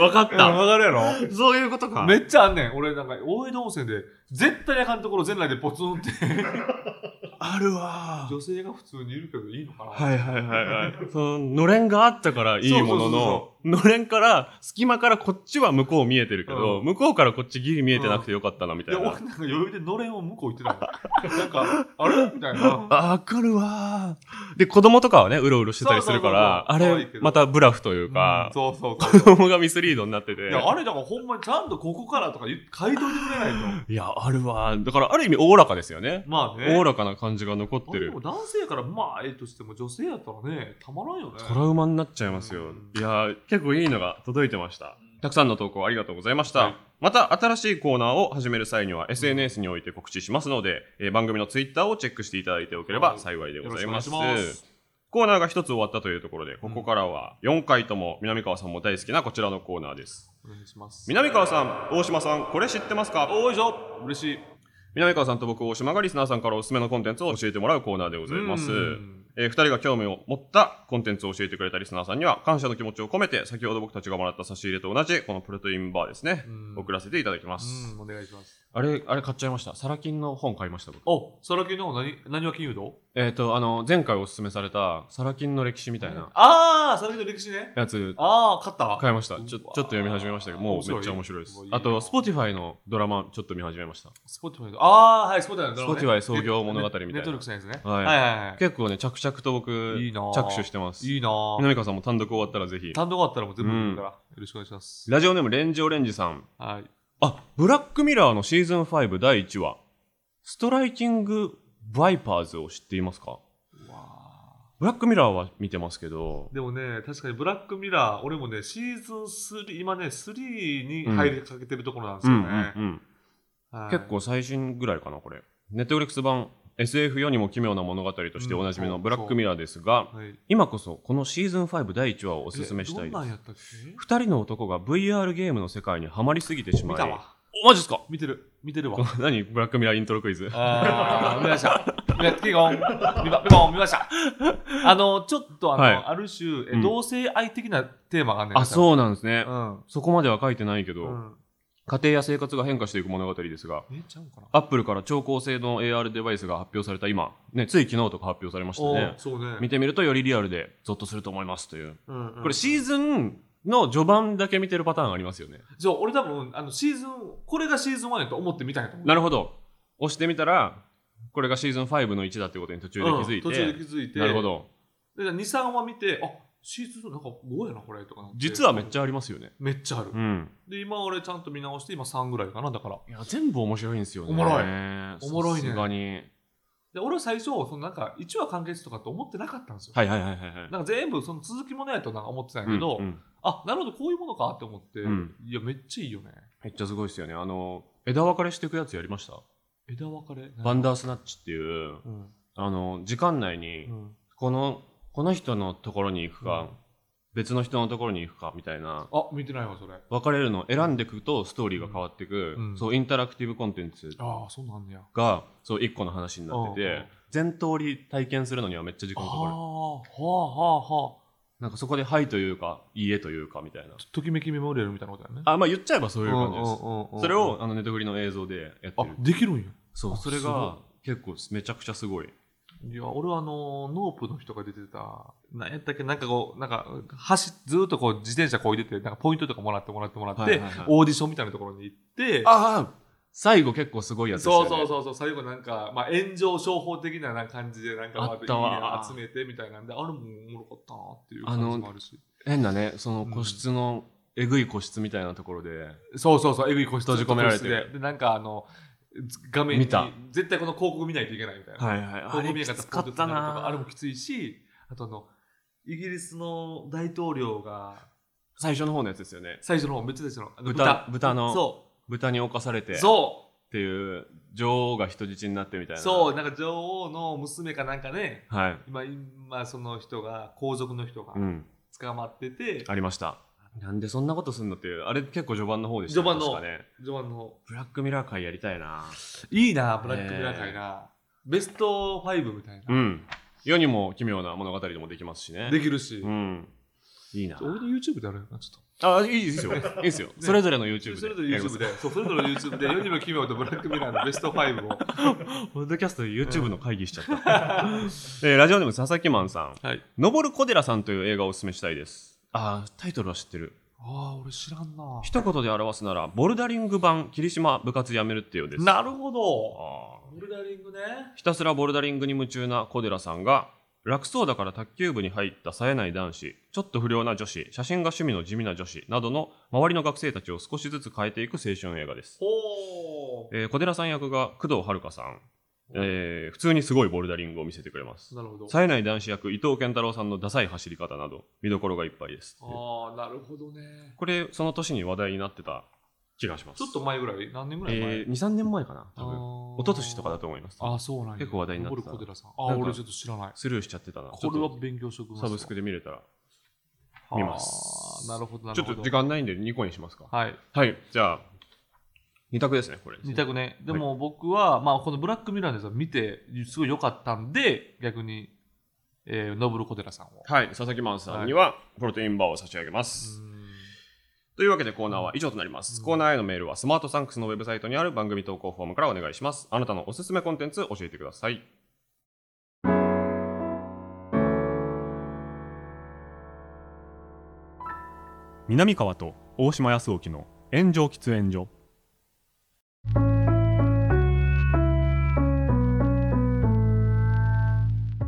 S2: わかっ
S3: うん
S2: た。
S3: わかるやろ
S2: そういうことか。
S3: めっちゃあんねん。俺なんか大江戸温泉で絶対にあかんところ全裸でポツンって。
S2: あるわ
S3: 女性が普通にいるけどいいのかな、
S2: はいはいはいはい。その、のれんがあったからいいものの、のれんから、隙間からこっちは向こう見えてるけど、
S3: う
S2: 向こうからこっちギリ見えてなくてよかったなみた
S3: で
S2: い
S3: 俺
S2: な。
S3: なんか余裕でのれんを向こう行ってたもんなんかあれみたいな
S2: あわかるわで、子供とかはね、うろうろしてたりするから、
S3: そうそうそうそう可愛い
S2: あ
S3: け
S2: れ、
S3: ど
S2: またブラフという
S3: うん
S2: か、
S3: そうそうそう
S2: 子供がミスリードになってて。
S3: いやあれだからほんまにちゃんとここからとか言っ書いといてくれ ない
S2: いや、あるわだから、ある意味、おおらかですよね
S3: と。まあね
S2: おおらかな感じが残っ
S3: まあ
S2: て
S3: で
S2: る
S3: も。男性からまあええとしても女性やったらねたまらんよね
S2: トラウマになっちゃいますよ。いやー、結構いいのが届いてました。たくさんの投稿ありがとうございました。
S3: はい
S2: また、新しいコーナーを始める際には、SNS において告知しますので、えー番組の Twitter をチェックしていただいておければ幸いでございます。
S3: よろしくお願いします
S2: コーナーが一つ終わったというところで、ここからは4回とも南川さんも大好きなこちらのコーナーです。
S3: お願いします
S2: 南川さん、大島さん、これ知ってますか
S3: おいしょ嬉しい
S2: 南川さんと僕、大島がリスナーさんからおすすめのコンテンツを教えてもらうコーナーでございます
S3: うん。
S2: えー、2人が興味を持ったコンテンツを教えてくれたリスナーさんには感謝の気持ちを込めて先ほど僕たちがもらった差し入れと同じこのプロテインバーですね、
S3: うん
S2: 送らせていただきます、
S3: うんお願いします
S2: あれあれ買っちゃいましたサラ金の本買いました僕
S3: おそらきの何何は金融道
S2: えっ、とあの前回おすすめされたサラ金の歴史みたいな
S3: ああそらきの歴史ね
S2: やつ
S3: ああ勝った
S2: 買いましたちょちょ
S3: う
S2: っ
S3: わ
S2: と読み始めましたけどもうめっちゃ面白いです
S3: 面白
S2: あ
S3: い
S2: と Spotify のドラマちょっと見始めました
S3: スポティファイああ、はい、スポティファ
S2: Spotify
S3: イ
S2: 創業物語みたいな
S3: ネット力さんですね。
S2: はい
S3: はいはいはい
S2: 結構ね着々と僕
S3: いいなぁ
S2: 着手してます
S3: いいなぁ。
S2: 南川さんも単独終わったらぜひ
S3: 単独あったらもう全部見るから、よろしくお願いします。
S2: ラジオネームレンジオレンジさん
S3: はい。
S2: あ、ブラックミラーのシーズン5第1話、ストライキング・バイパーズを知っていますかブラックミラーは見てますけど、
S3: でもね、確かにブラックミラー、俺もね、シーズン3、今ね、3に入りかけてるところなんです
S2: うんう
S3: よ
S2: ん
S3: ね。
S2: うん、
S3: はい
S2: 結、構最新ぐらいかな、これ。ネットフリックス版 SF 世にも奇妙な物語としておなじみ
S3: う
S2: の
S3: ん
S2: ブラックミラーですが、
S3: はい、
S2: 今こそこのシーズン5第1話をお
S3: お
S2: すすめしたいで
S3: どんなん
S2: す。
S3: やったっけ
S2: 二人の男が VR ゲームの世界にはまりすぎてしま
S3: 見
S2: い、
S3: たわ。
S2: お、マジっすか
S3: 見てる、見てるわ。
S2: 何ブラックミラーイントロクイズ。
S3: ああ、見ました。見まピコン、ピコン、見ました。あの、ちょっとあの、
S2: はい
S3: ある種、え
S2: うん
S3: 同性愛的なテーマがあんねん
S2: あ、
S3: う。
S2: そうなんですね
S3: う。ん。
S2: そこまでは書いてないけど、
S3: うん
S2: 家庭や生活が変化していく物語ですが、
S3: えちゃうかな
S2: アップルから超高性能 AR デバイスが発表された今、ね、つい昨日とか発表されました
S3: お
S2: ね
S3: ー。そうね
S2: 見てみるとよりリアルでゾッとすると思いますという。
S3: うんうん
S2: これシーズンの序盤だけ見てるパターンありますよね。
S3: じゃあ俺多分あのシーズンこれがシーズン1やと思って見たんやと思う
S2: なるほど。押してみたらこれがシーズン5の1だってことに途中で気づいて、
S3: うん途中で気づいて
S2: なるほど
S3: で23話見てあシーズン2なんか5やなこれとかなって
S2: 実はめっちゃありますよね
S3: めっちゃある、
S2: うん
S3: で今俺ちゃんと見直して今3ぐらいかなだから
S2: いや全部面白いんですよね
S3: おもろい
S2: お
S3: おもろいね
S2: さすがに
S3: で俺は最初そのなんか1話完結とかって思ってなかったんですよ、
S2: はいはいはいはいはい
S3: なんか全部その続きものやとなんか思ってたんやけど、
S2: うんうん
S3: あなるほどこういうものかって思って、
S2: うん
S3: いやめっちゃいいよね
S2: めっちゃすごいですよねあの枝分かれしていくやつやりました
S3: 枝分かれ
S2: バンダースナッチっていう
S3: うん
S2: あの時間内に、
S3: うん
S2: このこの人のところに行くか、
S3: うん
S2: 別の人のところに行くかみたいな
S3: あ見てないわそれあ
S2: 分かれるのを選んでいくとストーリーが変わっていく、
S3: うん
S2: そうインタラクティブコンテンツ
S3: あそんなんあんねや
S2: がそう一個の話になって
S3: うんうん
S2: て全通り体験するのにはめっちゃ時
S3: あ
S2: 間
S3: あ
S2: かかる
S3: はあはあはあ
S2: なんかそこで「はい」というか「いいえ」というかみたいな
S3: ときめきメモリアルみたいなことやね
S2: あまあ言っちゃえばそういう感じです
S3: す
S2: それをあのネトフリの映像でやって
S3: あ
S2: る
S3: できるんや
S2: そう
S3: あ
S2: それ
S3: すご
S2: が結構めちゃくちゃすごい
S3: いや俺はあのノープの人が出てたなんやったっけなんかこうなんか走ずっとこう自転車こいでてなんかポイントとかもらってもらってもらって、
S2: はいはいはい
S3: オーディションみたいなところに行って
S2: ああ最後結構すごいやつですよ
S3: そ
S2: ね
S3: うそうそうそう最後なんか、まあ、炎上商法的な感じでなんか
S2: あったわ
S3: いいね集めてみたいなんであれもおもろかったなっていう
S2: あの
S3: 感じもあるし
S2: 変なねその個室の、えぐい個室みたいなところで
S3: そうそうそうえぐい個室
S2: 閉じ込められてる
S3: 個室ででなんかあの画面に
S2: 見た
S3: 絶対この広告見ないといけないみたいな、
S2: はいはい
S3: 広告見なかったらポンと繋がるとか
S2: あ
S3: あれ
S2: れ
S3: も
S2: も
S3: きついしあとあのイギリスの大統領が
S2: 最初の方のやつですよね
S3: 最初の方めっちゃ最初のあの
S2: 豚豚の
S3: そ
S2: 豚に侵され
S3: う
S2: てっ
S3: そう
S2: ていう女王が人質になってみたいな
S3: そうなんか女王の娘かなんかね
S2: はい
S3: 今今その人が皇族の人が
S2: うん
S3: 捕まってて、
S2: ありましたなんでそんなことすんのっていうあれ結構序盤の方でした
S3: 序盤の
S2: 確かね
S3: ジョアンの
S2: ブラックミラー界やりたいない
S3: いなブラックミラー界な、ベスト5みたいな、
S2: うん世にも奇妙な物語でもできますしね
S3: できるし、
S2: うんいいな
S3: 俺の YouTube であるよなちょっ
S2: あいいですよいいですよそれぞれの YouTube で
S3: とそれぞれ YouTube でそうそれぞれ YouTube で世にも奇妙とブラックミラーのベスト5を
S2: ポッドキャストで YouTube の会議し ちゃった、えーラジオネーム佐々木マンさん
S3: はい
S2: 「のぼる小寺さん」という映画をおすすめしたいですあータイトルは知ってる
S3: ああ俺知らんな
S2: 一言で表すならボルダリング版霧島部活やめるってようです
S3: なるほど
S2: あー
S3: ボルダリングね
S2: ひたすらボルダリングに夢中な小寺さんが楽そうだから卓球部に入った冴えない男子ちょっと不良な女子写真が趣味の地味な女子などの周りの学生たちを少しずつ変えていく青春映画です
S3: ほ
S2: えー小寺さん役が工藤遥さん、えー普通にすごいボルダリングを見せてくれます
S3: うなるほど
S2: 冴えない男子役伊藤健太郎さんのダサい走り方など見どころがいっぱいです
S3: ああなるほどね
S2: これその年に話題になってた気がします
S3: ちょっと前ぐらい何年ぐらい前、
S2: えー、23年前かな
S3: あ
S2: 多分
S3: ー
S2: 一昨年とかだと思います
S3: ああそうなんや
S2: 結構話題になってた
S3: 登る小寺さんあ
S2: な
S3: あ
S2: んか
S3: 俺ちょっと知らない
S2: スルーしちゃってたな
S3: これは勉強しておき
S2: ちょっ
S3: ます
S2: とサブスクで見れたら見ます
S3: あーなるほどな
S2: ち
S3: る
S2: ょ
S3: ほ
S2: っ
S3: ど
S2: と時間ないんで2個にしますかは
S3: はい
S2: い、じゃあ2択ですねこれ
S3: 二択ね。でも僕は、まあ、このブラックミラーのやつを見て、すごい良かったんで、逆に、えー、ノブル小寺さんを。
S2: はい佐々木マンさんにはプロテインバーを差し上げます、というわけでコーナーは以上となります。コーナーへのメールはスマートサンクスのウェブサイトにある番組投稿フォームからお願いします。あなたのおすすめコンテンツ教えてください。南川と大島康沖の炎上喫煙所。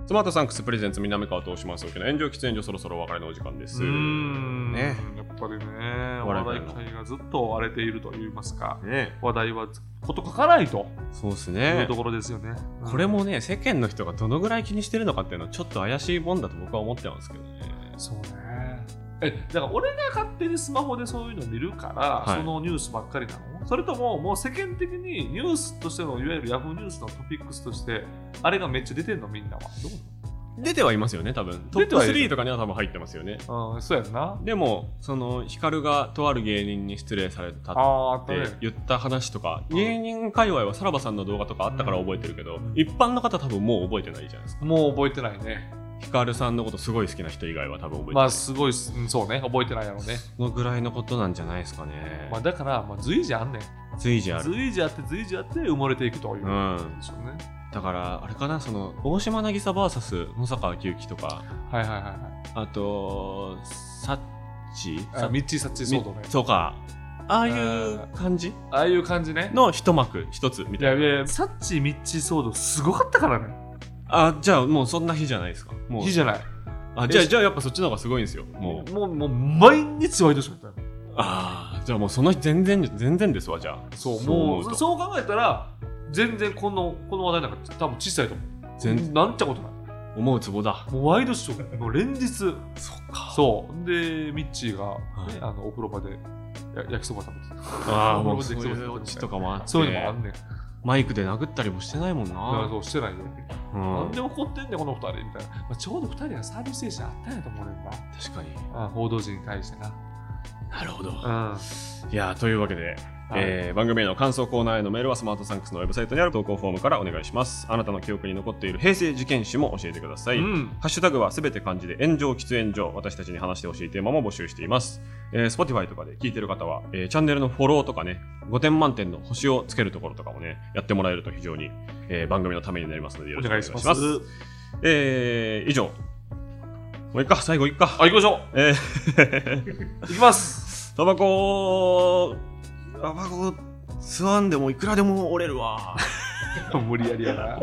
S2: スマートサンクスプレゼンツ南川と大島康沖の炎上喫煙所そろそろお別れのお時間です。
S3: うーん。
S2: ね
S3: ね。やっぱりね、お笑い界がずっと荒れていると言いますか、
S2: ね
S3: 話題はこと書かないと
S2: そうです
S3: いう
S2: ね
S3: と。ころですよね。
S2: これもね世間の人がどのぐらい気にしてるのかっていうのはちょっと怪しいもんだと僕は思ってますけどね
S3: そうね。え、だから俺が勝手にスマホでそういうの見るから、
S2: はい
S3: そのニュースばっかりなのそれとも、もう世間的にニュースとしての、いわゆるヤフーニュースのトピックスとして、あれがめっちゃ出てんの、みんなは。どう
S2: 出てはいますよね多分ト
S3: 出
S2: ッ
S3: て
S2: プ
S3: はいる
S2: 3とかには多分入ってますよね
S3: なのうん、そうやんな。
S2: でもその光がとある芸人に失礼されたっ
S3: あーあったね
S2: て言った話とか
S3: うん
S2: 芸人界隈はさらばさんの動画とかあったから覚えてるけど一般の方多分もう覚えてないじゃないですか
S3: もう覚えてないね。
S2: 光さんのことすごい好きな人以外は多分覚えてな
S3: ま
S2: い、
S3: あすごいっす、うんそうね、覚えてないや ろうね。
S2: そのぐらいのことなんじゃないですかね、
S3: まあ、だから、まあ、随時あんねん。
S2: 随時ある
S3: 随時あって、随時あって埋もれていくという。
S2: うん
S3: でしょうね。
S2: だからあれかなその大島渚 VS 野坂昭之とか
S3: はいはいはいはい。
S2: あと、サッチ
S3: あミッチー・サッチー・ソードね。
S2: そうか。ああいう感じ
S3: ああいう感じね
S2: の一幕一つみ
S3: い
S2: た
S3: や
S2: い
S3: い
S2: な
S3: やサッチーミッチー騒動すごかったからね
S2: あじゃあもうそんな日じゃないですかもう
S3: 日じゃない
S2: あじゃあじゃあやっぱそっちの方がすごいんですよもう
S3: もうもう毎日ワイドショーやったよ
S2: ああじゃあもうその日全然全然ですわじゃあ
S3: そう
S2: 思
S3: も
S2: う
S3: う
S2: と
S3: そう考えたら全然このこの話題なんか多分小さいと思う
S2: 全
S3: なんちゃことない
S2: 思うツボだ
S3: もうワイドショーもう連日そ
S2: そっか
S3: うでミッチーが、
S2: い
S3: ねあのお風呂場でや焼きそば食べてた
S2: ああもうそういうオチとかもあって
S3: そういうのもあんねん、
S2: マイクで殴ったりもしてないもん
S3: だから
S2: な
S3: そうしてないよ、
S2: うん
S3: なんで怒ってんねんこの二人みたいな、まあ、ちょうど二人がサービス精神あったんやと思うねんな
S2: 確かに
S3: あ報道陣に対してな。
S2: なるほど
S3: うん。
S2: いやーというわけで、えー番組への感想コーナーへのメールはスマートサンクスのウェブサイトにある投稿フォームからお願いしますあなたの記憶に残っている平成事件史も教えてください、
S3: うん。
S2: ハッシュタグはすべて漢字で炎上喫煙所私たちに話してほしいテーマも募集しています、えー Spotify とかで聞いてる方は、えーチャンネルのフォローとかね5点満点の星をつけるところとかもねやってもらえると非常に、えー番組のためになりますのでよろしくお願いします
S3: お願いしま
S2: えー以上もういっか最後いっか、
S3: あ、行きましょう
S2: えー
S3: 行き ます
S2: タバコタバコ吸わんでもいくらでも折れるわ
S3: 無理やりやな。